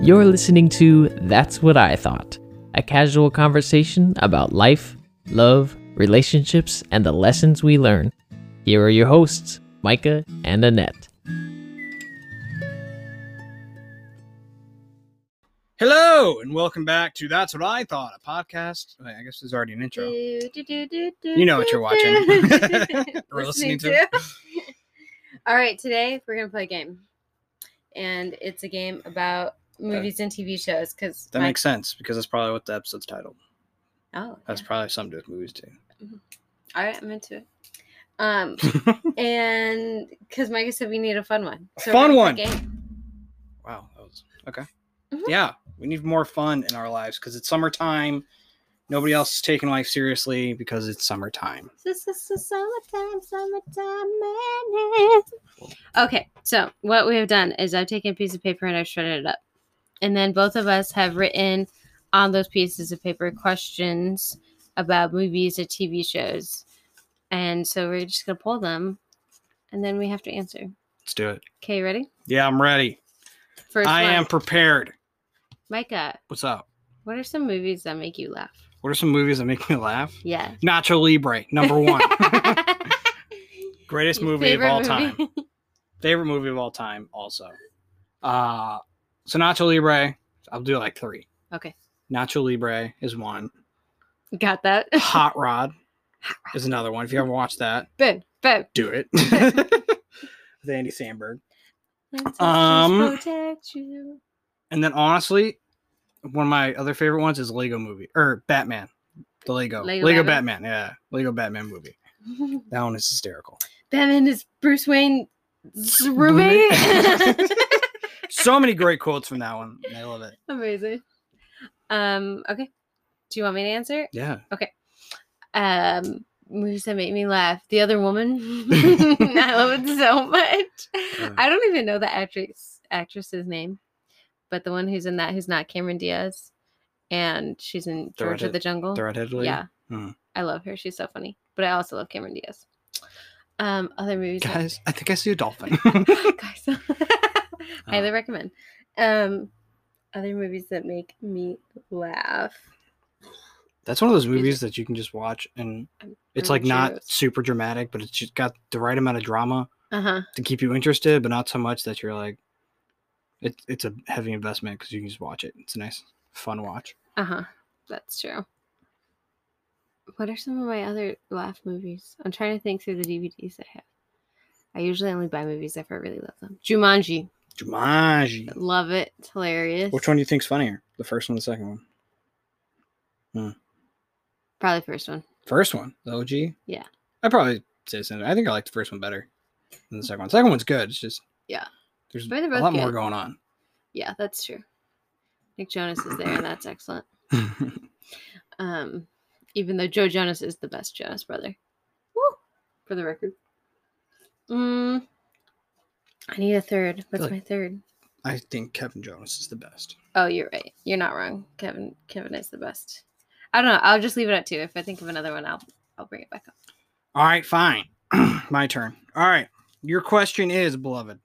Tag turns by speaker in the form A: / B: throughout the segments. A: You're listening to That's What I Thought, a casual conversation about life, love, relationships, and the lessons we learn. Here are your hosts, Micah and Annette.
B: Hello and welcome back to That's What I Thought, a podcast. Wait, I guess there's already an intro.
C: You
B: know what you're watching. Or listening to.
C: All right, today we're gonna play a game, and it's a game about movies and TV shows. Because
B: That makes sense because that's probably what the episode's titled.
C: oh,
B: That's probably something to do with movies too.
C: yeah. all right, I'm into it. Um, and because Micah said we need a fun one,
B: A
C: we're
B: fun
C: gonna play a game.
B: wow, that was okay.
C: Mhm.
B: Yeah, we need more fun in our lives because it's summertime. Nobody else is taking life seriously because it's summertime.
C: This is the summertime, summertime madness. Okay, so what we have done is I've taken a piece of paper and I've shredded it up. And then both of us have written on those pieces of paper questions about movies or TV shows. And so we're just going to pull them and then we have to answer.
B: Let's do it.
C: Okay, ready?
B: Yeah, I'm ready.
C: First
B: I
C: one.
B: am prepared.
C: Micah,
B: What's up?
C: what are some movies that make you laugh?
B: What are some movies that make me laugh?
C: Yeah.
B: Nacho Libre, number one. Greatest
C: Your
B: movie of
C: favorite
B: all
C: movie?
B: time. favorite movie of all time also uh so nacho libre i'll do like three
C: Okay,
B: nacho libre is one
C: got that?
B: hot rod is another one if you haven't watched that
C: Boom, boom.
B: do it with andy sandberg Um,
C: Protect you.
B: and then honestly one of my other favorite ones is lego movie or batman the lego
C: Lego
B: lego,
C: Batman?
B: batman yeah lego batman movie that one is hysterical
C: Batman is Bruce Wayne's roommate.
B: so many great quotes from that one and i love it
C: Amazing. Um, okay. Do you want me to answer?
B: yeah
C: Um, movies that make me laugh. The Other Woman. I love it so much.
B: Uh.
C: I don't even know the actress actress's name, but the one who's in that who's not Cameron Diaz, and she's in
B: The
C: George of
B: redhead-
C: the Jungle.
B: the redheaded lady
C: Yeah.
B: Mm.
C: I love her. She's so funny. But I also love Cameron Diaz. Um, other movies. that-
B: guys i think i see a dolphin
C: guys. Highly
B: Uh.
C: recommend. Um, other movies that make me laugh.
B: That's one of those
C: Excuse
B: movies that you can just watch and
C: I'm-
B: it's
C: I'm
B: like not
C: curious.
B: super dramatic, but it's just got the right amount of drama
C: Uh huh.
B: to keep you interested, but not so much that you're like, it, it's a heavy investment because you can just watch it. It's a nice, fun watch.
C: Uh huh. That's true. What are some of my other laugh movies? I'm trying to think through the DVDs I have. I usually only buy movies if I really love them. Jumanji,
B: Jumanji.
C: love it. It's hilarious.
B: Which one do you think's funnier? The first one, or the second one?
C: Probably first one.
B: First one, the OG.
C: Yeah.
B: I probably say the same. I think I like the first one better than the second one. Second one's good. It's just
C: Yeah.
B: There's
C: But
B: a
C: they're both
B: lot more
C: good.
B: going on.
C: Yeah, that's true. Nick Jonas is there, and that's excellent. Um, even though Joe Jonas is the best Jonas brother. Woo! For the record. Mm, I need a third. What's
B: like-
C: my third?
B: I think Kevin Jonas is the best.
C: Oh, you're right. You're not wrong. Kevin Kevin is the best. I don't know. I'll just leave it at two. If I think of another one, I'll I'll bring it back up.
B: All right, fine. My turn. All right. Your question is, beloved,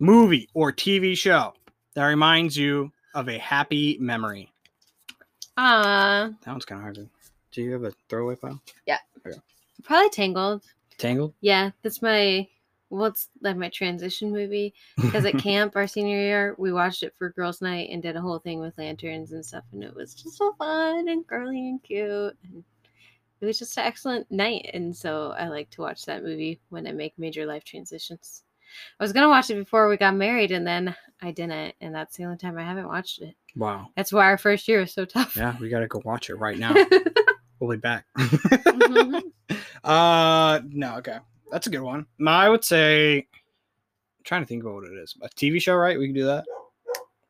B: movie or TV show that reminds you of a happy memory.
C: Uh
B: That one's kind of hard. To... Do you have a throwaway pile?
C: probably Tangled.
B: Tangled?
C: Yeah, that's my what's like my transition movie. Because at camp our senior year, we watched it for girls' night and did a whole thing with lanterns and stuff, and it was just so fun and girly and cute. And it was just an excellent night, and so I like to watch that movie when I make major life transitions. I was gonna watch it before we got married, and then I didn't, and that's the only time I haven't watched it.
B: wow.
C: That's why our first year was so tough.
B: Yeah, we got to go watch it right now. we'll be back.
C: Mhm.
B: uh, no, okay. That's a good one. No, I would say, I'm trying to think about what it is. A TV show, right? We can do that.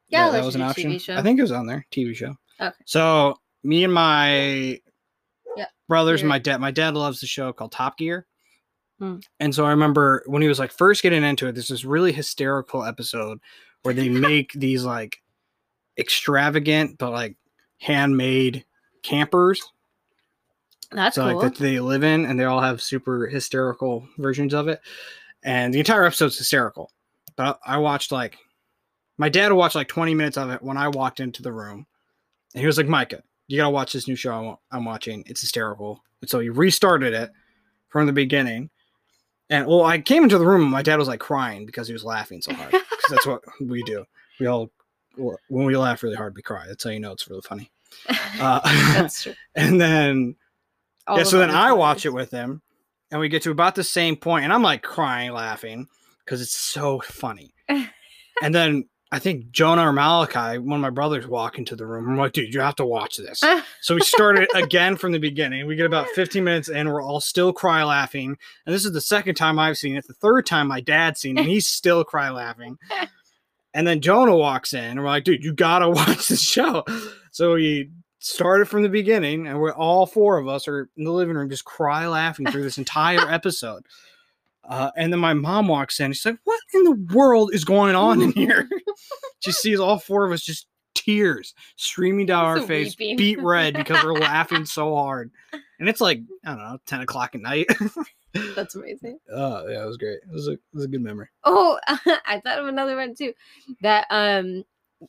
C: Yeah,
B: that, that
C: let's
B: was an
C: do
B: option.
C: TV show.
B: I think it was on there. TV show.
C: Okay.
B: So me and my
C: Yeah,
B: brothers and
C: you're-
B: my dad. My dad loves the show called Top Gear.
C: Hmm.
B: And so I remember when he was like first getting into it, there's this really hysterical episode where they make these like extravagant but like handmade campers.
C: that's
B: so
C: cool.
B: like that they live in and they all have super hysterical versions of it. And the entire episode's hysterical. But I I watched like My dad watched like 20 minutes of it when I walked into the room, and he was like, "Micah, you gotta watch this new show I'm, I'm watching. It's hysterical." And so he restarted it from the beginning. And well, I came into the room, and my dad was like crying because he was laughing so hard. 'Cause that's what we do. We all, when we laugh really hard, we cry. That's how you know it's really funny. Uh,
C: That's true.
B: and then
C: All
B: yeah,
C: of
B: so then
C: our
B: I watch it
C: fathers.
B: with him, and we get to about the same point, and I'm like crying, laughing because it's so funny. and then I think Jonah or Malachi, one of my brothers, walk into the room. I'm like, dude, you have to watch this. so we started again from the beginning. We get about 15 minutes in, we're all still cry laughing. And this is the second time I've seen it. The third time my dad's seen it, and he's still cry laughing. And then Jonah walks in, and we're like, dude, you gotta watch this show. So he started from the beginning, and we're all four of us are in the living room just cry laughing through this entire episode. Uh, and then my mom walks in. She's like, "What in the world is going on in here?" she sees all four of us just tears streaming down our
C: So
B: face,
C: weeping.
B: beat red because we're laughing so hard. And it's like I don't know, ten o'clock at night.
C: That's amazing.
B: oh yeah, it was great. It was a, it was a good memory.
C: Oh, I thought of another one too. That um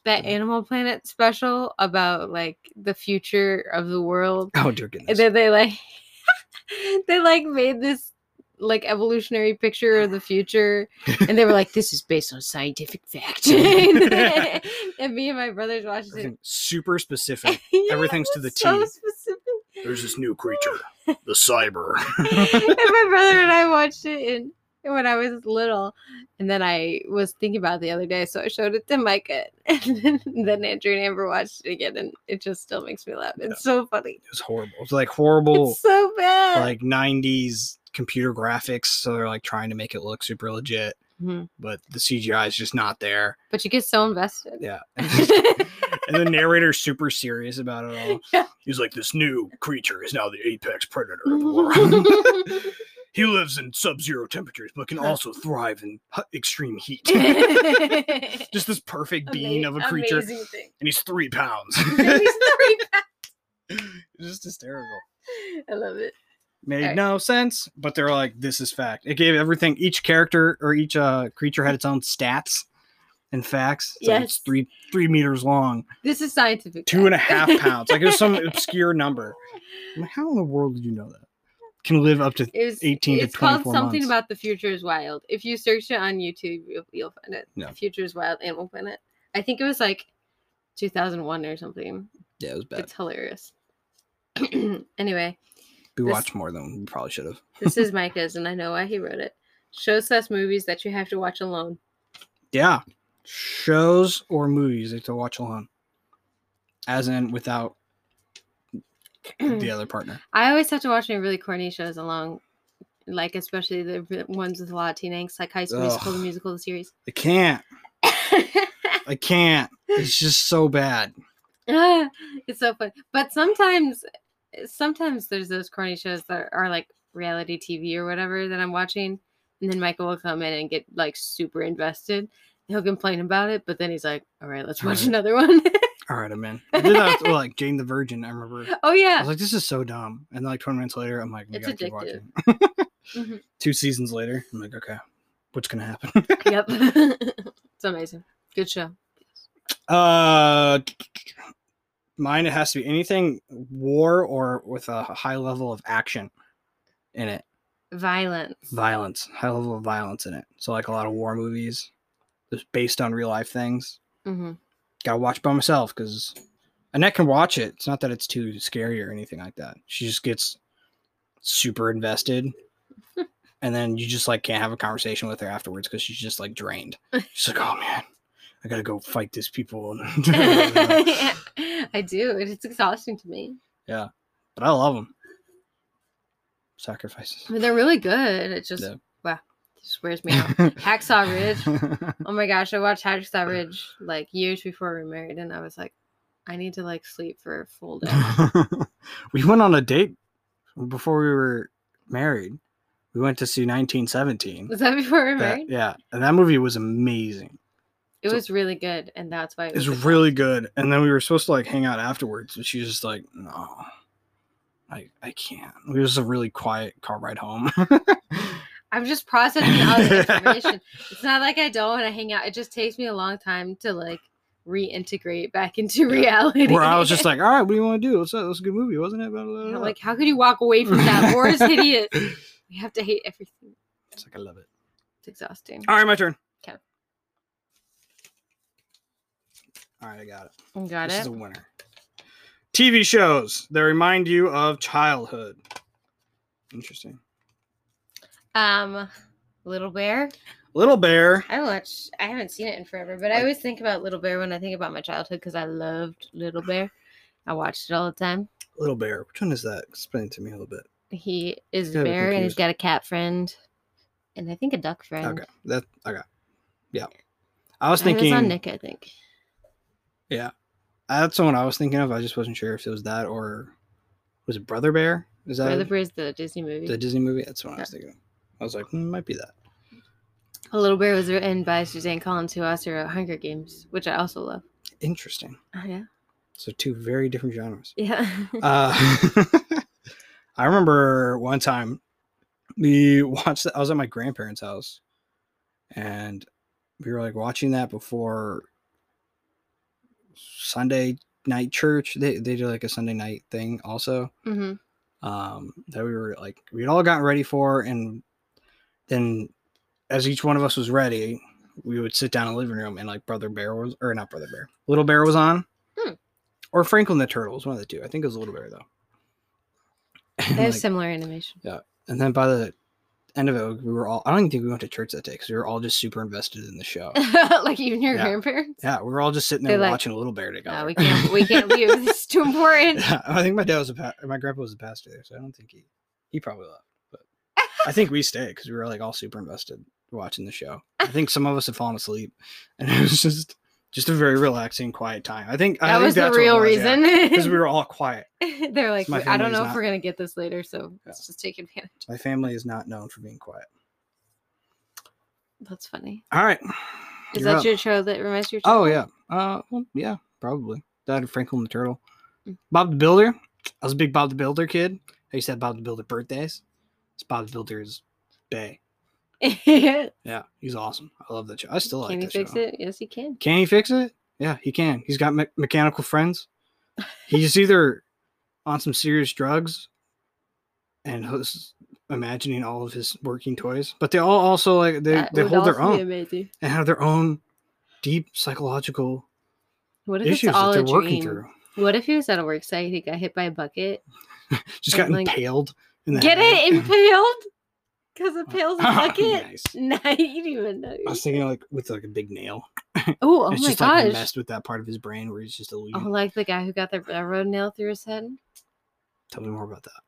C: that
B: Mm-hmm.
C: Animal Planet special about like the future of the world.
B: Oh dear
C: And
B: goodness.
C: then they like they like made this like evolutionary picture of the future and they were like this is based on scientific fact and me and my brothers watched it
B: Everything super specific.
C: Yeah,
B: Everything's to the
C: it's so
B: T.
C: specific.
B: new creature, the cyber.
C: and my brother and I watched it in, when I was little. And then I was thinking about it the other day, so I showed it to Micah. And then, then Andrew and Amber watched it again, and it just still makes me laugh. It's so funny.
B: It was horrible. It was like horrible,
C: It's so bad.
B: like '90s computer graphics. So they're like trying to make it look super legit,
C: Mhm.
B: but the CGI is just not there.
C: But you get so invested.
B: Yeah. and the narrator's super serious about it all.
C: Yeah.
B: He's like, "This new creature is now the apex predator He lives in sub-zero temperatures, but can also thrive in hu- extreme heat. Just this perfect being of a creature,
C: Amazing thing.
B: and he's three pounds.
C: He's three
B: Just hysterical.
C: pounds. I love it.
B: Made
C: Alright.
B: no sense, but they're like, "This is fact." It gave everything. Each character or each uh, creature had its own stats and facts. It's like it's
C: Yes.
B: three three meters long,
C: This is scientific.
B: two and a half
C: fact.
B: pounds. Like it was some obscure number. I'm like, How in the world did you know that? Can live up to
C: It was
B: 18 to
C: it's called
B: 24
C: something
B: months.
C: about the future is wild. If you search it on YouTube, you'll, you'll find it.
B: No.
C: The future is wild animal planet. I think it was like 2001 or something.
B: yeah, it was bad.
C: It's hilarious. anyway,
B: We
C: This-
B: watched more than we probably should have.
C: this is Micah's, and I know why he wrote it. Shows us movies that you have to watch alone.
B: Yeah. Shows or movies to watch alone. As in without the other partner.
C: I always have to watch any really corny shows alone, like especially the re- ones with a lot of teen angst, like High School Musical, the
B: Ugh.
C: musical, the series.
B: I can't. I can't. It's just so bad.
C: Ah, it's so fun. But sometimes, sometimes there's those corny shows that are like reality TV or whatever that I'm watching, and then Michael will come in and get like super invested. He'll complain about it, but then he's like, "All right, let's watch
B: Right.
C: another one."
B: All right, I'm in. I did that with, like Jane the Virgin, I remember.
C: oh
B: I
C: yeah,
B: was like, this is so dumb. And like 20 minutes later, I'm like, we
C: It's
B: gotta keep
C: addictive.
B: watching.
C: Mhm.
B: Two seasons later, I'm like, okay, what's gonna happen?
C: yep. it's amazing. Good show.
B: Uh, mine it has to be anything war or with a high level of action in it.
C: Violence.
B: Violence, high level of violence in it. So like a lot of war movies, just based on real life things.
C: hmm
B: Gotta watch by myself because Annette can watch it. It's not that it's too scary or anything like that. She just gets super invested. And then you just like can't have a conversation with her afterwards because she's just like drained. She's like, "Oh man, I gotta go fight these people."
C: I do. and It's exhausting to me.
B: but I love them. Sacrifices.
C: I mean, they're really good. It just
B: Yeah.
C: wow, just wears me out. Hacksaw Ridge. Oh my gosh, I watched Hacksaw Ridge like years before we were married, and I was like, I need to like sleep for a full day.
B: we went on a date before we were married. We went to see 1917.
C: Was that before we were
B: That-
C: married?
B: yeah, and that movie was amazing.
C: It
B: so-
C: was really good, and that's why it
B: It was
C: was. a-
B: really good. And then we were supposed to like hang out afterwards, and she was just like, "No, I I can't." It was a really quiet car ride home.
C: I'm just processing all the information. it's not like I don't want to hang out. It just takes me a long time to like reintegrate back into reality.
B: Where I was just like, all right, what do you want to do? It's a, it's a good movie, wasn't it? Blah, blah,
C: And
B: blah,
C: I'm
B: blah.
C: like, how could you walk away from that? War is hideous. We have to hate everything.
B: it's like I love it.
C: It's exhausting.
B: All right, my turn.
C: 'Kay.
B: All right, I got it.
C: Got
B: this is
C: it.
B: a winner. TV shows that remind you of childhood. Interesting.
C: Um, Little Bear.
B: Little Bear.
C: I watched. I haven't seen it in forever, but I always think about Little Bear when I think about my childhood because I loved Little Bear. I watched it all the time.
B: Little Bear. Which one is that? Explain it to me a little bit.
C: He is a
B: Gotta be
C: bear and he's
B: confused.
C: got a cat friend, and I think a duck friend.
B: Okay. That okay. Yeah. I was
C: And it
B: thinking
C: on Nick, I think.
B: that's the one I was thinking of. I just wasn't sure if it was that or was it Brother Bear? Is that
C: Brother Bear is the Disney movie.
B: the Disney movie? That's what I was thinking. of. I was like, hmm, might be that.
C: A Little Bear was written by Suzanne Collins, who also wrote Hunger Games, which I also love.
B: Interesting.
C: Oh, yeah.
B: So two very different genres.
C: Yeah.
B: Uh, I remember one time we watched that. I was at my grandparents' house and we were like watching that before Sunday night church. They, they do like a Sunday night thing also
C: hmm
B: um, that we were like, we'd all gotten ready for. And then as each one of us was ready, we would sit down in the living room and like Brother Bear was, or not Brother Bear, Little Bear was on.
C: Hmm.
B: Or Franklin the Turtle was one of the two. I think it was Little Bear though.
C: They
B: And,
C: have
B: like-
C: similar animation.
B: and then by the end of it, we were all, I don't even think we went to church that day because we were all just super invested in the show.
C: like even your
B: Yeah.
C: grandparents.
B: yeah, we were all just sitting there
C: They're like,
B: watching Little Bear together.
C: No, we can't. We can't leave. This is too important.
B: Yeah, I think my dad was a pa- my grandpa was a pastor there, so I don't think he he probably left, but I think we stayed because we were like all super invested watching the show. I think some of us had fallen asleep, and it was just just a very relaxing, quiet time. I think I
C: That
B: think
C: was the
B: that's what it
C: real
B: was, yeah,
C: reason.
B: because we were all quiet.
C: They're like,
B: my
C: "We- I don't
B: family's
C: know if
B: not-
C: we're gonna get this later, so let's just take advantage.
B: My family is not known for being quiet.
C: That's funny.
B: All right,
C: Is
B: you're
C: that
B: up.
C: your show that reminds you? Of
B: Oh
C: childhood?
B: yeah, uh, well, yeah, probably that and Franklin the Turtle,
C: Mm.
B: Bob the Builder. I was a big Bob the Builder kid. I used to have Bob the Builder birthdays. It's Bob the Builder's day. Yeah, he's awesome. I love that show. I still
C: can
B: like
C: you
B: that
C: fix
B: show.
C: it? Yes, you can.
B: Can he fix it? Yeah, he can. He's got me- mechanical friends. He's either on some serious drugs and who's imagining all of his working toys, but they all also like they,
C: That
B: they
C: would
B: hold their
C: also
B: own
C: be amazing.
B: and have their own deep psychological
C: What if
B: issues
C: it's all
B: that they're
C: a
B: working
C: dream?
B: through.
C: What if he was at a work site? He got hit by a bucket.
B: Just
C: And,
B: got
C: like,
B: impaled in the
C: Get it
B: head. Ah,
C: impaled because it pales a bucket.
B: Nice.
C: Nah, you didn't even know.
B: I was thinking like with like a big nail.
C: Oh, oh
B: it's
C: my
B: just like
C: gosh.
B: messed with that part of his brain where he's just
C: Oh,
B: illusion.
C: like the guy who got the railroad nail through his head.
B: Tell me more about that.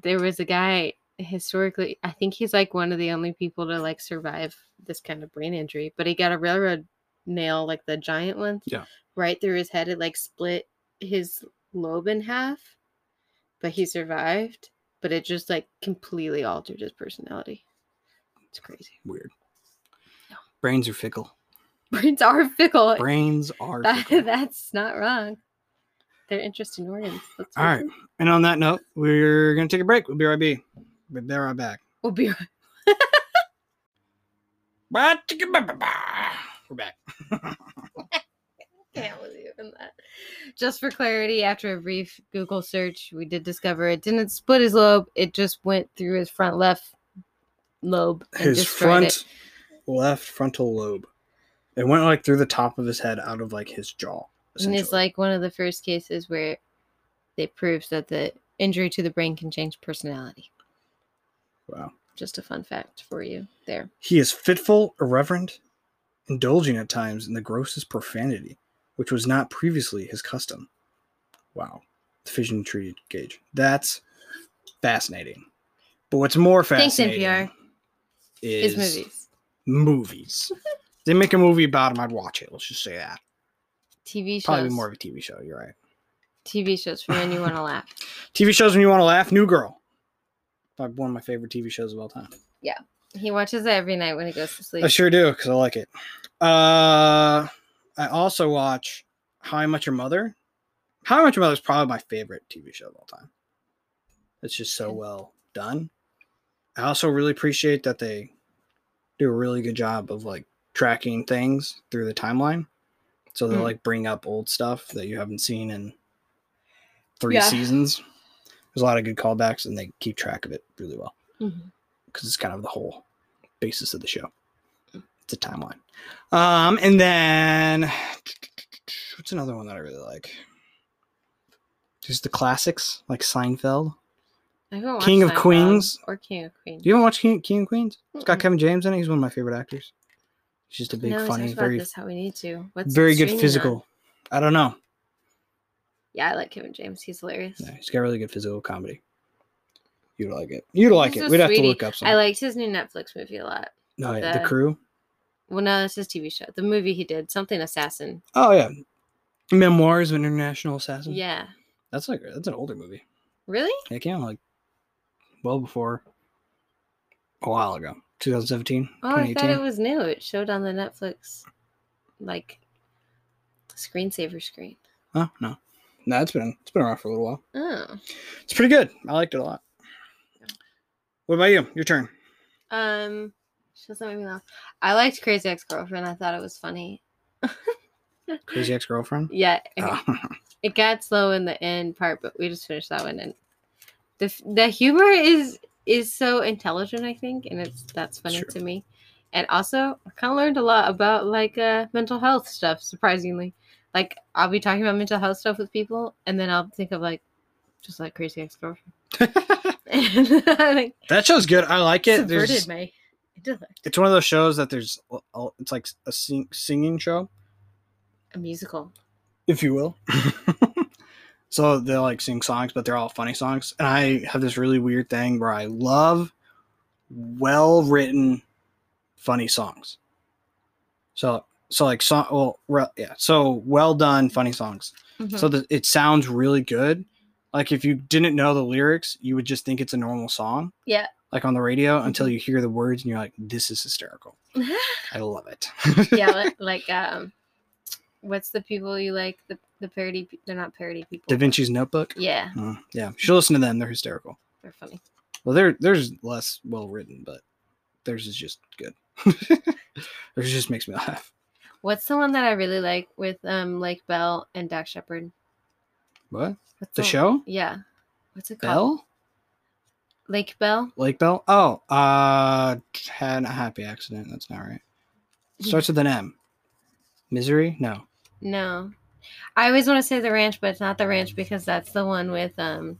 C: There was a guy historically, I think he's like one of the only people to like survive this kind of brain injury, but he got a railroad nail, like the giant ones,
B: Yeah.
C: right through his head. It like split his lobe in half, but he survived, but it just like completely altered his personality. It's crazy.
B: Weird. Brains are fickle.
C: Brains are fickle.
B: Brains are
C: That-
B: fickle.
C: that's not wrong. They're interesting organs. That's
B: All right. And on that note, we're gonna take a break. We'll be right back. We'll be right back.
C: We'll be
B: We're back.
C: Yeah, it was even that. Just for clarity, after a brief Google search, we did discover it didn't split his lobe. It just went through his front left lobe and
B: His
C: destroyed
B: front
C: it.
B: left frontal lobe. It went like through the top of his head out of like his jaw.
C: And it's
B: essentially.
C: like one of the first cases where they proves that the injury to the brain can change personality.
B: wow.
C: Just a fun fact for you there.
B: He is fitful, irreverent, indulging at times in the grossest profanity, which was not previously his custom. Wow. The fission treated gauge. That's fascinating. But what's more
C: Thanks,
B: fascinating
C: NPR.
B: is
C: His movies,
B: movies. they make a movie about him, I'd watch it. Let's just say that.
C: TV shows,
B: Probably more of a TV show. You're right.
C: TV shows for when you want to laugh.
B: TV shows when you want to laugh. New Girl. Probably one of my favorite TV shows of all time.
C: He watches it every night when he goes to sleep.
B: I sure do because I like it. Uh, I also watch How I Met Your Mother. How I Met Your Mother is probably my favorite TV show of all time. It's just so
C: Okay.
B: well done. I also really appreciate that they do a really good job of like tracking things through the timeline. So they
C: Mm.
B: like bring up old stuff that you haven't seen in three
C: Yeah.
B: seasons. There's a lot of good callbacks and they keep track of it really well
C: Mhm.
B: because it's kind of the whole basis of the show. It's a timeline. Um, and then what's another one that I really like? Just the classics like Seinfeld.
C: I haven't watched
B: King of
C: Seinfeld
B: Queens.
C: or King of Queens.
B: You haven't watched King, King of Queens? It's got
C: Mm-mm.
B: Kevin James in it. He's one of my favorite actors. He's just a big,
C: Mm. no, we
B: funny,
C: talked about
B: very,
C: this how we need to. What's
B: very good
C: streaming on?
B: physical. I don't know.
C: Yeah, I like Kevin James. He's hilarious.
B: Yeah, he's got really good physical comedy. You'd like it. You'd like
C: He's
B: it.
C: a
B: We'd have to
C: sweetie.
B: look up some.
C: I liked his new Netflix movie a lot.
B: oh, yeah, the
C: the-
B: crew.
C: Well, no, that's his TV show. The movie he did, something assassin.
B: Oh yeah, Memoirs of an International Assassin.
C: Yeah,
B: that's like that's an older movie.
C: really?
B: It came out like well before a while ago, 2017,
C: Oh, I
B: 2018.
C: thought it was new. It showed on the Netflix, like screensaver screen.
B: oh no, no, it's been it's been around for a little while.
C: Oh,
B: It's pretty good. I liked it a lot. What about you? Your turn.
C: um, she doesn't make me laugh. I liked Crazy Ex-Girlfriend. I thought it was funny.
B: Crazy ex-girlfriend.
C: Yeah, okay.
B: Oh,
C: it got slow in the end part, but we just finished that one. And the f- the humor is is so intelligent, I think, and it's that's funny
B: Sure.
C: to me. And also, I kind of learned a lot about like uh, mental health stuff. Surprisingly, like I'll be talking about mental health stuff with people, and then I'll think of like just like crazy ex girlfriend. like,
B: that show's good. I like it. There's,
C: subverted my intellect.
B: it's one of those shows that there's uh, it's like a sing- singing show.
C: a musical.
B: if you will. so they like sing songs, but they're all funny songs. And I have this really weird thing where I love well written, funny songs. So so like song well re- yeah so well done funny songs.
C: Mhm.
B: So that it sounds really good. Like if you didn't know the lyrics, you would just think it's a normal song.
C: Yeah. Mm-hmm.
B: Like on the radio until you hear the words and you're like, this is hysterical. I love it.
C: yeah, li- like um, what's the people you like? The the parody. pe- They're not parody people.
B: Da
C: but-
B: Vinci's Notebook.
C: Yeah,
B: Mm, yeah. You should listen to them. They're hysterical.
C: they're funny.
B: Well, there there's less well written, but theirs is just good. theirs just makes me laugh.
C: What's the one that I really like with um Lake Bell and Dak Shepard?
B: What
C: What's
B: the
C: one-
B: show?
C: Yeah. What's it called?
B: Bell
C: Lake Bell.
B: Lake Bell? Oh, uh, had a happy accident. That's not right.
C: Hmm.
B: Starts with an M. Misery? No.
C: No, I always want to say the ranch, but it's not the ranch because that's the one with um.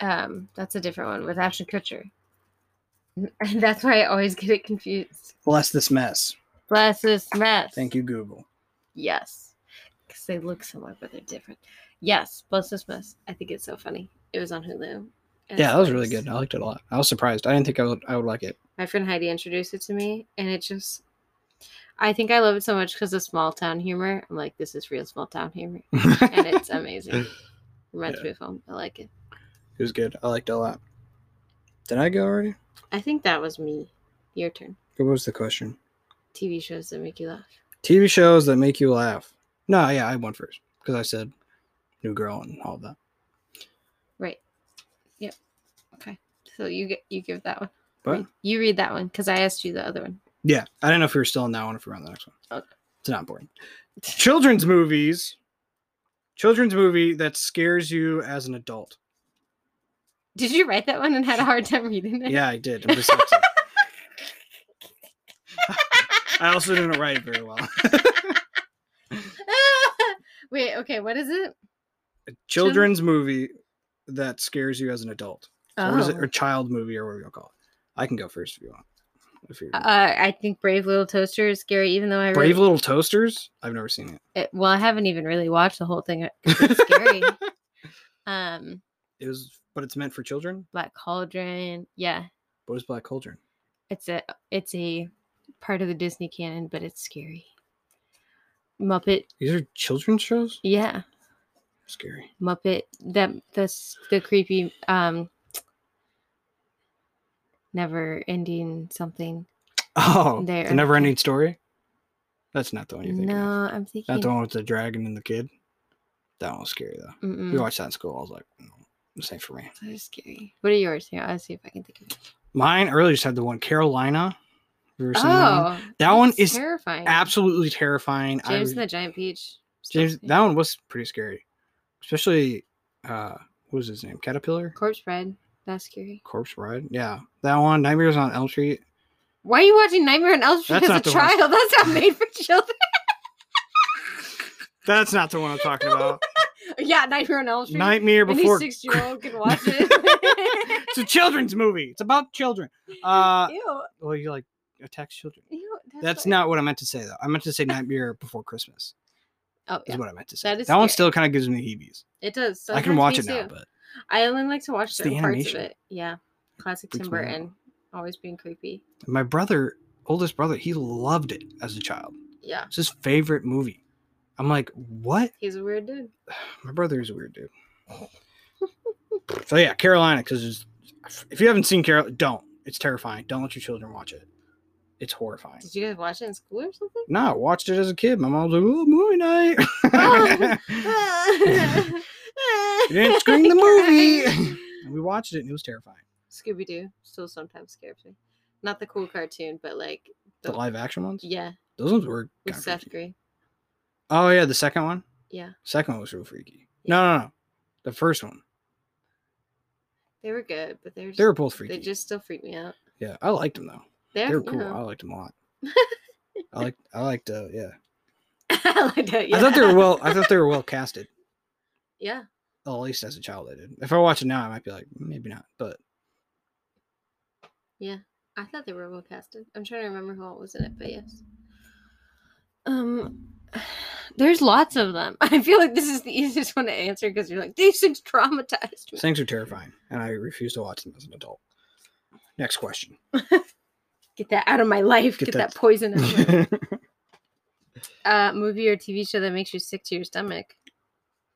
C: Um, that's a different one with Ashton Kutcher. And that's why I always get it confused.
B: Bless this mess.
C: Bless this mess.
B: Thank you, Google.
C: Yes. Because they look similar, but they're different. Yes, Bless This Mess. I think it's so funny. It was on Hulu. and it's
B: Yeah, that was really
C: hilarious.
B: good. I liked it a lot. I was surprised. I didn't think I would I would like it.
C: My friend Heidi introduced it to me, and it just, I think I love it so much because of small town humor. I'm like, this is real small town humor. And it's amazing. Reminds me of home. I like it.
B: it was good. I liked it a lot. Did I go already?
C: I think that was me. Your turn.
B: What was the question?
C: TV shows that make you laugh.
B: TV shows that make you laugh. No, yeah, I went first because I said New Girl and all that.
C: Right. Yep. Okay. So you get you give that one.
B: But
C: You read that one because I asked you the other one.
B: yeah, I don't know if we were still in that one or if we were on the next one.
C: Okay.
B: It's not important. Children's movies. Children's movie that scares you as an adult.
C: Did you write that one and had a hard time reading it?
B: Yeah, I did. I'm dyslexic. I also didn't write it very well.
C: Wait, okay, what is it?
B: A children's movie that scares you as an adult. Or, is it,
C: Oh.
B: or child movie or whatever you call it. I can go first if you want. If you're
C: uh, I think Brave Little Toaster is scary, even though I
B: Brave
C: really,
B: Little Toasters? I've never seen it.
C: it, well, I haven't even really watched the whole thing. uh, 'cause It's scary. um,
B: It was, but it's meant for children.
C: Black Cauldron, yeah,
B: What is Black Cauldron?
C: it's a it's a part of the Disney canon, but it's scary. Muppet,
B: These are children's shows.
C: yeah,
B: Scary.
C: Muppet. That that's the creepy um, never ending something.
B: Oh,
C: There.
B: the never-ending story. That's not the one you're thinking. of.
C: No, I'm thinking.
B: not the one with the dragon and the kid. That one was scary though.
C: Mm-mm.
B: We watched that in school. I was like, no. Same for me.
C: Those are scary. What are yours? Here, I'll see if I can think of it.
B: Mine earlier just had the one Carolina. Have you ever seen that one?
C: Oh,
B: That one
C: that's
B: is
C: terrifying.
B: Absolutely terrifying. I
C: James
B: was-
C: and the Giant Peach.
B: James,
C: Stuff.
B: that one was pretty scary, especially uh, what was his name? Caterpillar,
C: Corpse Bride. That's scary.
B: Corpse Bride. Yeah, that one. Nightmares on Elm Street.
C: Why are you watching Nightmare on Elm Street
B: That's
C: as a
B: not the one.
C: child? That's not made for children.
B: That's not the one I'm talking about.
C: yeah, Nightmare on Elm Street.
B: Nightmare
C: Any
B: before.
C: six year old can watch it.
B: It's a children's movie. It's about children. Uh,
C: ew,
B: well, you like attacks children.
C: ew, that's,
B: That's
C: what-
B: not what I meant to say though. I meant to say Nightmare Before Christmas.
C: Oh,
B: Is
C: yeah,
B: what I meant to say.
C: That is
B: one
C: scary.
B: still kind of gives me heebies.
C: it does.
B: I can
C: sometimes
B: watch
C: me
B: it now,
C: too.
B: but
C: I only like to watch
B: It's the
C: certain parts of
B: animation.
C: it. Yeah, classic
B: Freaks
C: Tim
B: me out.
C: Burton, always being creepy.
B: my brother, oldest brother, he loved it as a child.
C: Yeah,
B: It's his favorite movie. I'm like, what?
C: he's a weird dude.
B: My brother is a weird dude. so yeah, Carolina, because if you haven't seen Carol, don't. It's terrifying. Don't let your children watch it. It's horrifying.
C: Did you guys watch it in school or something?
B: No, I watched it as a kid. My mom was like, "Oh, movie
C: Oh.
B: night."
C: you
B: didn't scream the movie. and we watched it, and it was terrifying.
C: Scooby Doo still sometimes scares me. Not the cool cartoon, but like
B: The
C: The-
B: live action ones,
C: yeah,
B: those ones were.
C: with
B: kinda
C: Seth
B: freaky.
C: Green.
B: Oh yeah, the second one.
C: Yeah,
B: Second one was real freaky.
C: Yeah.
B: No, no, no. The first one.
C: they were good, but they were just,
B: They were both
C: they
B: freaky.
C: just still freak me out.
B: yeah, I liked them though.
C: They're,
B: They were cool.
C: yeah.
B: I liked them a lot. I like. I liked. Uh, yeah.
C: I like that,
B: I thought they were
C: yeah.
B: well. I thought they were well casted.
C: Yeah,
B: Well, at least as a child, I did. If I watch it now, I might be like, maybe not. But
C: I thought they were well casted. I'm trying to remember who all was in it, but yes. Um, there's lots of them. I feel like this is the easiest one to answer because you're like these things traumatized me.
B: things are terrifying, and I refuse to watch them as an adult. Next question.
C: Get that out of my life.
B: Get
C: Get,
B: that-
C: that, poison out of my life.
B: Probably
C: uh, movie or TV show that makes you sick to your stomach.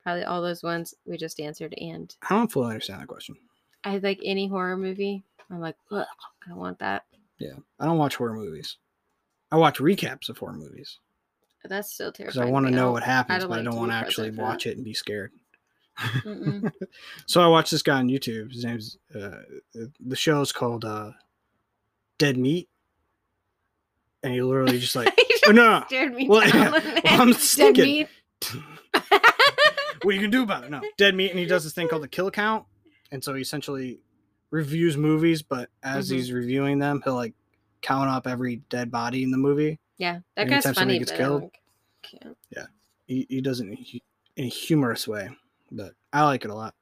C: Probably all those ones we just answered. And
B: I don't fully understand that question.
C: I like any horror movie. I'm like, Ugh, I want that.
B: I don't watch horror movies. I watch recaps of horror movies
C: That's still
B: because
C: terrifying.
B: I want to
C: me.
B: know
C: I'll-
B: what happens,
C: don't
B: but I
C: like to
B: don't
C: be
B: want to
C: present
B: actually
C: for that.
B: watch it and be scared.
C: Mm-mm.
B: So I watched this guy on YouTube. His name's uh, the show's called uh, Dead Meat, and he literally just like,
C: You
B: oh,
C: just
B: no,
C: stared me
B: Well, yeah.
C: down.
B: Well, I'm just
C: Dead
B: thinking.
C: meat.
B: no. what you can do about it. No, dead meat, and he does this thing called the kill count, and so he essentially reviews movies, but as
C: Mhm.
B: he's reviewing them, he'll like count up every dead body in the movie.
C: Yeah, that
B: Anytime
C: guy's
B: somebody
C: funny.
B: gets
C: But
B: killed.
C: killed. can't.
B: He, he does it in a, hu- in a humorous way, but I like it a lot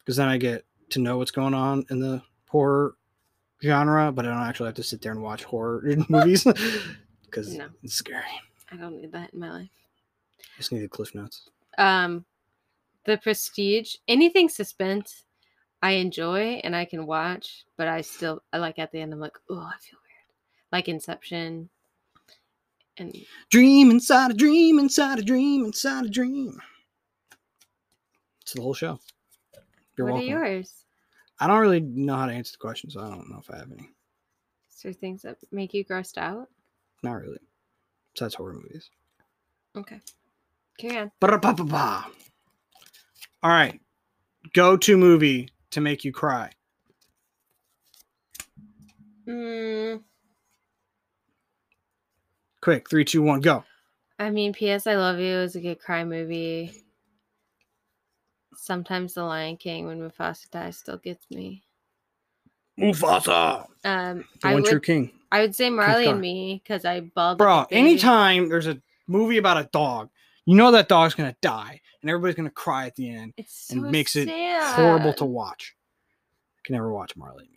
B: because then I get to know what's going on in the horror genre, but I don't actually have to sit there and watch horror movies because
C: No.
B: it's scary.
C: I don't need that in my life.
B: Just need the cliff notes.
C: Um, the Prestige, anything suspense, I enjoy and I can watch, but I still I like at the end I'm like, oh, I feel weird. Like Inception, and
B: Dream inside a dream inside a dream inside a dream. It's the whole show. You're
C: what
B: welcome.
C: are yours?
B: I don't really know how to answer the question, so I don't know if I have any.
C: Is there things that make you grossed out?
B: Not really. Besides horror movies.
C: Okay, carry on.
B: Ba-da-ba-ba-ba. All right. Go to movie to make you cry.
C: Mm,
B: Quick, three, two, one, go.
C: I mean, P.S. I Love You is a good cry movie. Sometimes The Lion King when Mufasa dies still gets me.
B: Mufasa.
C: Um,
B: The
C: I
B: one
C: would,
B: true king.
C: I would say Marley
B: Scar.
C: and Me because I bawled.
B: Bro,
C: like a baby.
B: anytime there's a movie about a dog, you know that dog's gonna die, and everybody's gonna cry at the end.
C: it's so
B: and makes it
C: sad.
B: horrible to watch. I can never watch Marley and Me.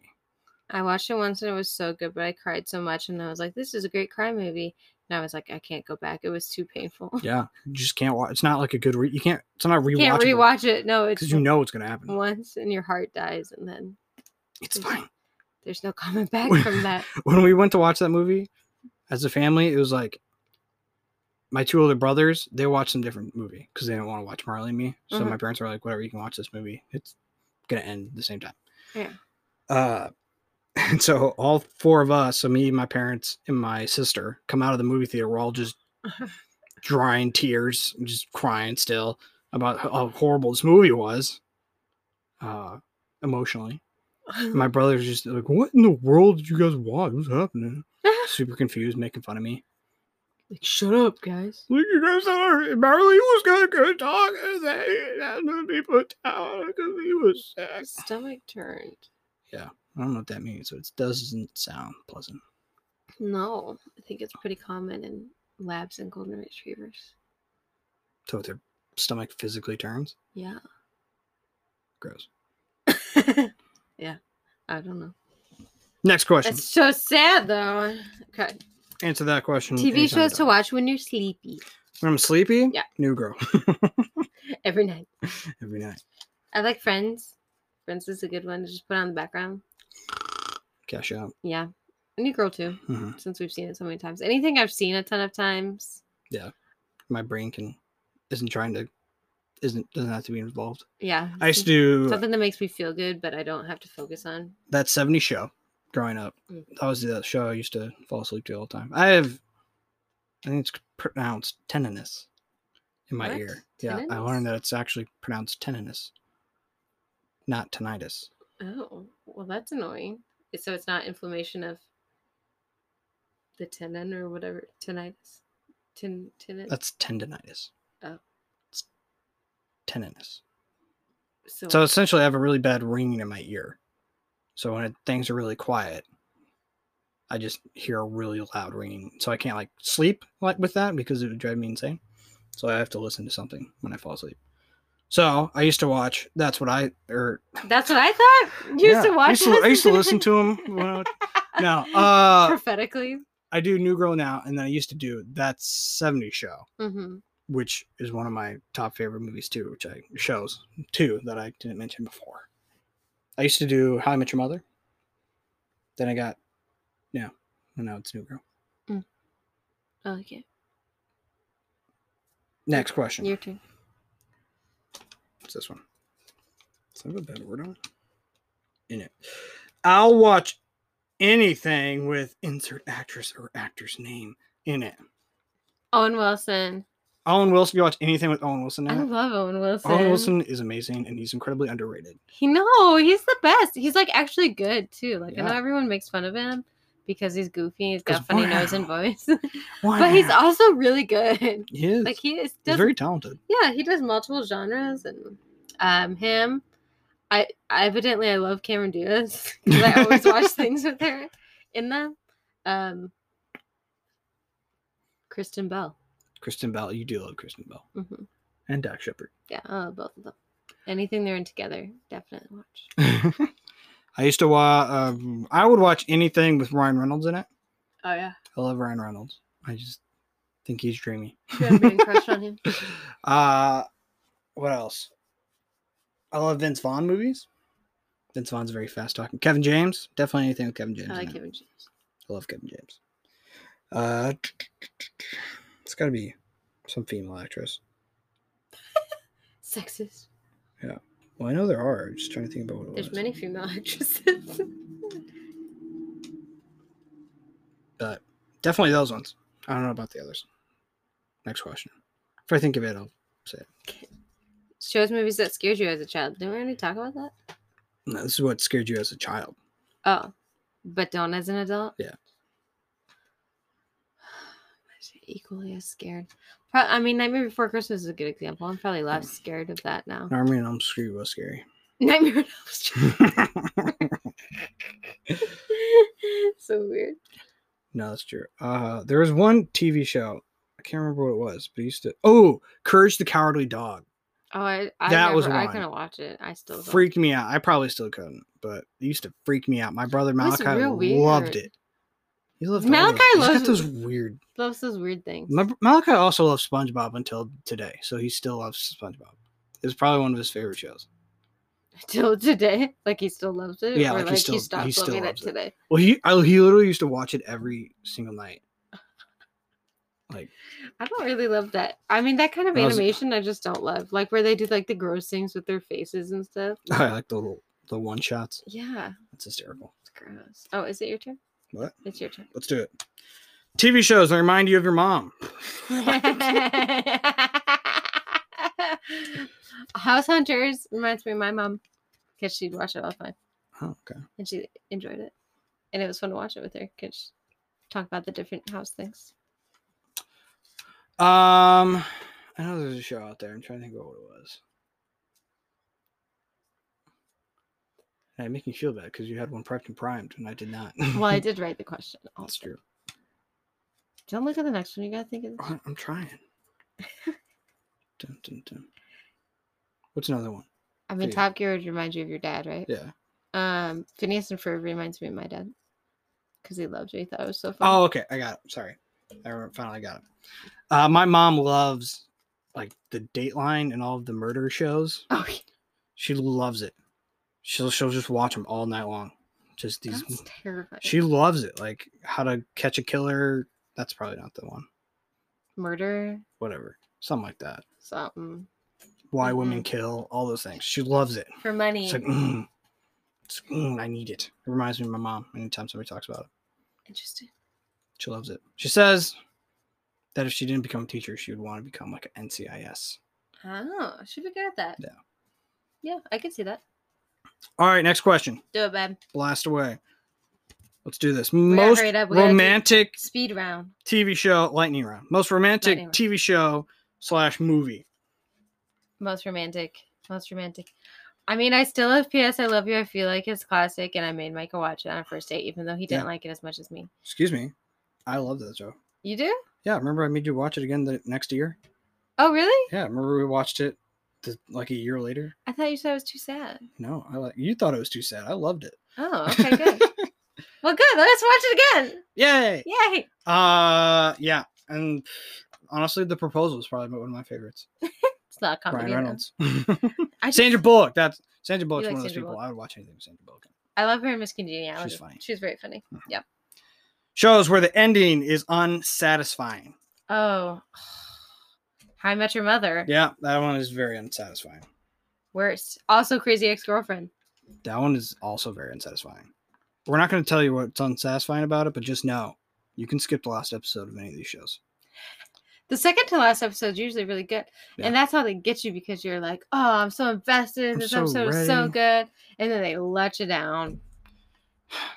C: I watched it once and it was so good, but I cried so much and I was like, "This is a great cry movie," and I was like, "I can't go back. It was too painful.
B: Yeah, you just can't watch. It's not like a good. Re- you can't. It's not rewatchable.
C: can't rewatch it. No, it's
B: because you know what's gonna happen.
C: once and your heart dies, and then
B: It's
C: there's-
B: fine.
C: there's no coming back from that.
B: When we went to watch that movie as a family, it was like my two older brothers. They watched some different movie because they didn't want to watch Marley and Me. So
C: Mhm.
B: my parents were like, "Whatever, you can watch this movie. It's gonna end at the same time."
C: Yeah.
B: Uh, and so all four of us, so me, my parents, and my sister, come out of the movie theater. We're all just drying tears, just crying still about how horrible this movie was. uh, emotionally.
C: Mm-hmm.
B: And my brother's just like, "What in the world did you guys watch? What's happening?" Super confused, making fun of me.
C: like, shut up, guys.
B: Look, you guys are Marley was gonna go talk, and they had to be put down because he was
C: My
B: sick.
C: stomach turned.
B: I don't know what that means, so it doesn't sound pleasant.
C: No, I think it's pretty common in labs and golden retrievers.
B: So if their stomach physically turns,
C: Yeah.
B: gross.
C: yeah. I don't know.
B: Next question.
C: That's so sad, though. Okay.
B: Answer that question.
C: TV
B: anytime,
C: shows to
B: Doc.
C: watch when you're sleepy
B: When I'm sleepy.
C: Yeah.
B: New girl
C: every night.
B: every night.
C: I like Friends. Friends is a good one to just put on the background.
B: Cash out.
C: Yeah. And New Girl, too,
B: hmm
C: since we've seen it so many times. Anything I've seen a ton of times.
B: My brain can isn't trying to isn't doesn't have to be involved.
C: Yeah.
B: I used to do
C: Something that makes me feel good, but I don't have to focus on.
B: that 70 show growing up.
C: Mm.
B: That was the show I used to fall asleep to all the time. I have, I think it's pronounced tenderness in my
C: What?
B: ear. Yeah, I learned
C: Tinnitus?
B: that it's actually pronounced tenderness, not tinnitus.
C: Oh, well, that's annoying. So it's not inflammation of the tendon or whatever tinnitus. Tin tinnitus.
B: That's tendonitis.
C: Oh.
B: It's tenderness.
C: so,
B: So essentially, I have a really bad ringing in my ear. So when it, things are really quiet, I just hear a really loud ringing. So I can't like sleep like with that because it would drive me insane. So I have to listen to something when I fall asleep. So I used to watch. That's what I or
C: that's what I thought. You used
B: Yeah,
C: to watch.
B: I used to, I used to listen to him. no, uh,
C: prophetically.
B: I do New Girl now, and then I used to do that '70s show,
C: Mm-hmm.
B: which is one of my top favorite movies too, which I shows too that I didn't mention before. I used to do How I Met Your Mother. Then I got no, no, now it's New Girl.
C: I like it.
B: Next question.
C: Your turn.
B: It's this one. Does it have a bad word on it? In it. I'll watch anything with insert actress or actor's name in it.
C: Owen Wilson.
B: Owen Wilson, you watch anything with Owen Wilson
C: I
B: in it?
C: love Owen Wilson.
B: Owen Wilson is amazing and he's incredibly underrated.
C: He no, he's the best. He's like actually good too. Like I know
B: Yeah.
C: everyone makes fun of him because he's goofy. He's
B: 'Cause
C: got funny
B: wow.
C: nose and voice,
B: Why
C: but he's
B: not?
C: also really good.
B: he is.
C: Like he is
B: he's
C: does
B: very talented.
C: yeah he does multiple genres and um him i I- evidently i love cameron diaz 'cause i always watch things with her in them um kristen bell
B: Kristen Bell, you do love Kristen Bell.
C: hmm
B: And Dak Shepard.
C: yeah uh, both of them anything they're in together definitely watch
B: I used to watch, um, I would watch anything with Ryan Reynolds in it.
C: oh yeah
B: I love Ryan Reynolds. I just think he's dreamy.
C: you have a crush on him
B: Uh what else? I love Vince Vaughn movies. Vince Vaughn's very fast talking. Kevin James, definitely anything with Kevin James.
C: i
B: in
C: like
B: it.
C: kevin james
B: I love Kevin James. Uh, it's got to be some female actress.
C: sexist
B: Well, I know there are. I'm just trying to think about what it
C: there's
B: was.
C: many female actresses
B: But definitely those ones. I don't know about the others. Next question. If I think of it, I'll say it.
C: shows movies that scared you as a child didn't we already talk about that
B: No, this is what scared you as a child.
C: Oh, but don't as an adult.
B: Yeah.
C: Gosh, you're Equally as scared. Pro- I mean, Nightmare Before Christmas is a good example. I'm probably
B: Mm.
C: less scared of that now.
B: Army and Elm Street was scary.
C: Nightmare on Elm Street. so weird.
B: No, that's true. Uh, there was one TV show. I can't remember what it was, but it used to. Oh, Courage the Cowardly Dog
C: Oh, I, I
B: That was
C: never- I
B: one.
C: couldn't watch it. I still don't.
B: freaked me out. I probably still couldn't, but it used to freak me out. My brother
C: That's
B: Malachi
C: real
B: loved
C: weird.
B: it. He loved
C: Malachi
B: all those. He's got
C: loves-
B: those weird.
C: Loves those weird things.
B: Ma- Malachi also loves SpongeBob until today, so he still loves SpongeBob. It's probably one of his favorite shows.
C: Till today, like he still loves it.
B: Yeah,
C: or
B: like he
C: like
B: still-
C: he
B: he
C: stopped
B: still
C: loving it
B: loves it.
C: today.
B: Well, he I, he literally used to watch it every single night.
C: I don't really love that. I mean, that kind of
B: When I was-
C: animation I just don't love. Like where they do like the gross things with their faces and stuff.
B: I like the little the one shots.
C: Yeah.
B: That's hysterical.
C: It's gross. Oh, is it your turn?
B: What?
C: It's your turn.
B: Let's do it. TV shows that remind you of your mom. Oh,
C: House Hunters reminds me of my mom because she'd watch it all the time
B: Oh, okay.
C: and she enjoyed it. And it was fun to watch it with her because talk about the different house things.
B: Um, I know there's a show out there. I'm trying to think of what it was. I make me feel bad because you had one prepped and primed, and I did not.
C: Well, I did write the question.
B: That's
C: Also.
B: true.
C: Don't look at the next one. You gotta think of the
B: I- I'm trying. dun, dun, dun. What's another one?
C: I mean,
B: Yeah.
C: Top Gear would remind you of your dad, right?
B: Yeah.
C: Um, Phineas and Ferb reminds me of my dad because he loved me. He thought it was so fun.
B: Oh, okay. I got it. Sorry. I re- finally got it. Uh, my mom loves like the Dateline and all of the murder shows.
C: Oh, yeah,
B: She loves it. She'll she'll just watch them all night long. Just these.
C: that's terrifying.
B: She loves it. Like how to catch a killer. That's probably not the one.
C: Murder,
B: Whatever. Something like that.
C: something
B: Why
C: Mhm.
B: women kill. All those things. She loves it.
C: for money.
B: It's like, mm, it's, mm, I need it. It reminds me of my mom. Anytime somebody talks about it,
C: Interesting.
B: she loves it. She says that if she didn't become a teacher, she would want to become like an NCIS.
C: Oh, should be good at that.
B: Yeah.
C: Yeah, I could see that.
B: All right, next question.
C: Do it, babe.
B: Blast away. Let's do this.
C: gotta
B: Most
C: hurry it up. We gotta do-
B: romantic
C: Speed round.
B: TV show, lightning round. Most romantic
C: Lightning round.
B: TV show slash movie.
C: Most romantic. Most romantic. I mean, I still love P.S. I Love You. I feel like it's classic, and I made Michael watch it on a first date, even though he didn't
B: Yeah.
C: like it as much as me.
B: Excuse me. I love that show.
C: You do?
B: Yeah, remember I made you watch it again the next year?
C: Oh, really?
B: Yeah, remember we watched it the, like a year later?
C: I thought you said I was too sad.
B: No, I like you thought it was too sad. I loved it.
C: Oh, okay, good. well, good. Let's watch it again.
B: Yay!
C: Yay.
B: Uh yeah. And honestly, the proposal is probably one of my favorites.
C: It's not a comedy.
B: Brian
C: though.
B: Reynolds.
C: Oh, I just-
B: Sandra Bullock. That's Sandra Bullock's
C: like
B: one of those
C: Sandra
B: people.
C: Bullock.
B: I would watch anything with Sandra Bullock.
C: I love her in Miss Congeniality.
B: She's funny.
C: She's very funny.
B: shows where the ending is unsatisfying.
C: Oh. How I Met Your Mother.
B: Yeah, that one is very unsatisfying.
C: Worst. Also Crazy Ex-Girlfriend.
B: That one is also very unsatisfying. We're not going to tell you what's unsatisfying about it, but just know you can skip the last episode of any of these shows.
C: The second to last episode's usually really good.
B: Yeah.
C: And that's how they get you because you're like, oh, I'm so invested in
B: I'm
C: this
B: so
C: episode is so
B: ready."
C: good. And then they let you down.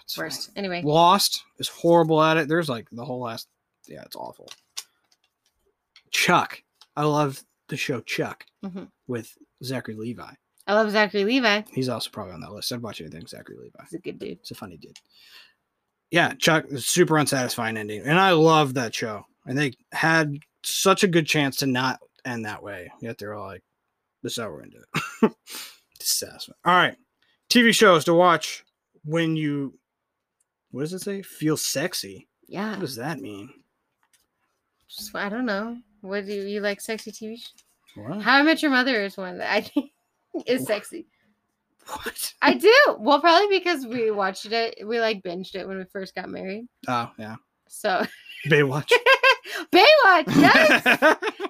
B: It's
C: Worst.
B: fine.
C: Anyway.
B: Lost is horrible at it. There's like the whole last. Yeah, it's awful. Chuck. I love the show Chuck
C: Mhm.
B: with Zachary Levi.
C: I love Zachary Levi.
B: He's also probably on that list. I'd watch anything with Zachary Levi.
C: He's a good dude.
B: It's a funny dude. Yeah, Chuck, super unsatisfying ending. And I love that show. And they had such a good chance to not end that way. Yet they're all like, this is how we're going to do it. Dissatisfying. All right. TV shows to watch when you, what does it say? Feel sexy. What
C: Yeah.
B: does that mean?
C: Just- I don't know. What do you, you like sexy TV shows?
B: What?
C: How I Met Your Mother is one that I think is
B: Wha-
C: sexy.
B: What?
C: I do. Well, probably because we watched it. We like binged it when we first got married.
B: Oh, yeah.
C: So
B: Baywatch.
C: Baywatch, yes,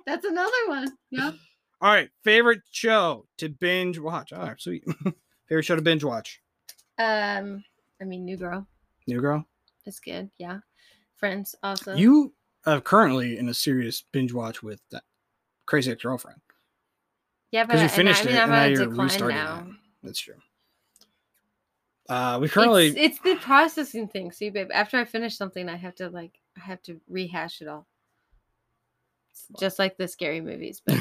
C: that's another one. Yeah.
B: all right. Favorite show to binge watch. All right. Sweet. Favorite show to binge watch.
C: Um, I mean, New Girl
B: New Girl.
C: is good. Yeah. Friends also.
B: You are currently in a serious binge watch with that crazy ex girlfriend.
C: yeah,
B: 'cause you
C: and
B: finished it, and now
C: on a
B: you're
C: decline
B: restarting it. That's true. Uh, we currently,
C: It's, it's the processing thing. See, babe, after I finish something, I have to like, I have to rehash it all. It's just like the scary movies, but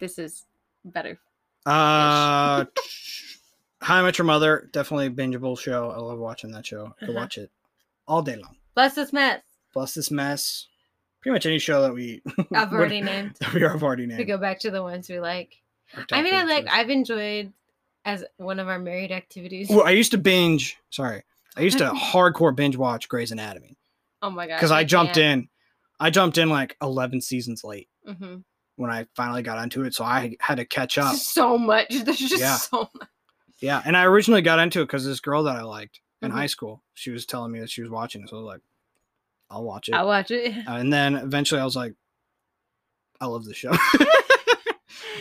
C: this is better.
B: uh, How I Met Your Mother, definitely a bingeable show. I love watching that show. I could
C: Uh-huh.
B: watch it all day long.
C: Bless this mess.
B: Plus, this mess, pretty much any show that we
C: I've
B: would-
C: already named.
B: that we have already
C: We
B: named.
C: go back to the ones we like.
B: our
C: I
B: top
C: mean, I
B: five
C: like.
B: shows.
C: I've enjoyed as one of our married activities.
B: Well, I used to binge. Sorry, I used to hardcore binge watch Grey's Anatomy
C: oh my god!
B: because I jumped in. I jumped in like eleven seasons late.
C: in hmm
B: when I finally got onto it. So I had to catch up.
C: so much. There's just
B: Yeah.
C: so much.
B: Yeah. And I originally got into it because this girl that I liked in
C: Mhm.
B: high school, she was telling me that she was watching it. So I was like, I'll watch it. Uh,
C: I watch it.
B: and then eventually I was like, I love this show. I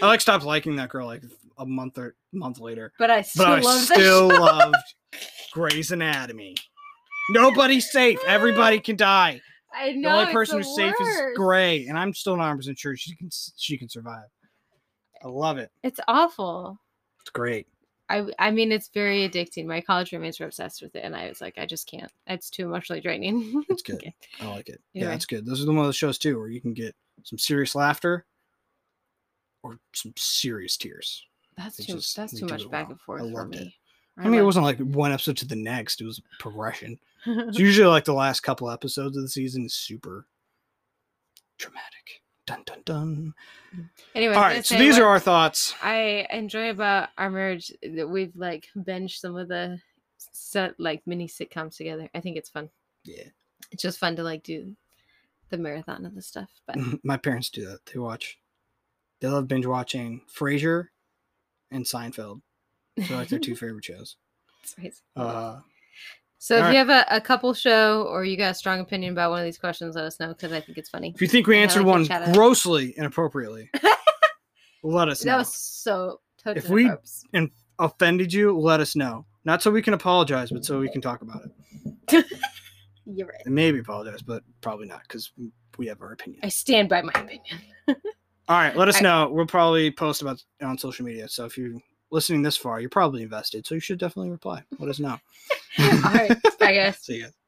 B: like stopped liking that girl like a month or month later.
C: But I still
B: But I
C: love that
B: still
C: show.
B: loved Grey's Anatomy. Nobody's safe. Everybody can die.
C: I
B: The
C: know.
B: only
C: it's
B: person
C: the
B: who's safe is
C: worst.
B: Grey, and I'm still not percent sure she can s- she can survive. I love it.
C: It's awful.
B: It's great.
C: I I mean it's very addicting. My college roommates were obsessed with it, and I was like, I just can't. It's too emotionally draining.
B: It's good.
C: Okay.
B: I like it.
C: Either
B: Yeah,
C: way.
B: it's good. Those are the one of the shows too where you can get some serious laughter or some serious tears.
C: That's
B: They
C: too
B: just-
C: that's
B: they
C: too
B: do
C: much
B: it
C: back
B: well.
C: and
B: I
C: forth for
B: loved it.
C: me.
B: I mean, it wasn't like one episode to the next; it was a progression.
C: wasn't
B: It's usually like the last couple episodes of the season is super dramatic. Dun dun dun.
C: anyway. I was
B: All
C: gonna
B: right, so
C: say
B: these
C: what
B: are our thoughts.
C: I enjoy about our marriage that we've like binged some of the set like mini sitcoms together. I think it's fun.
B: Yeah,
C: It's just fun to like do the marathon of the stuff. But
B: my parents do that. They watch. They love binge watching Frasier and Seinfeld. So like their two favorite shows.
C: It's crazy.
B: Uh,
C: So if
B: All
C: you have a, a couple show or you got a strong opinion about one of these questions, let us know because I think it's funny.
B: if you think we
C: Yeah, I
B: answered
C: like your
B: one
C: shout out.
B: grossly inappropriately, let us know.
C: That was so totally.
B: If we- offended you, let us know. Not so we can apologize, but so we can talk about it.
C: you're right.
B: And maybe apologize, but probably not because we have our opinion.
C: I stand by my opinion.
B: All right, let us
C: I-
B: know. We'll probably post about it on social media. So if you're listening this far, you're probably invested. So you should definitely reply. Let us know.
C: All right, bye guys.
B: See you guys.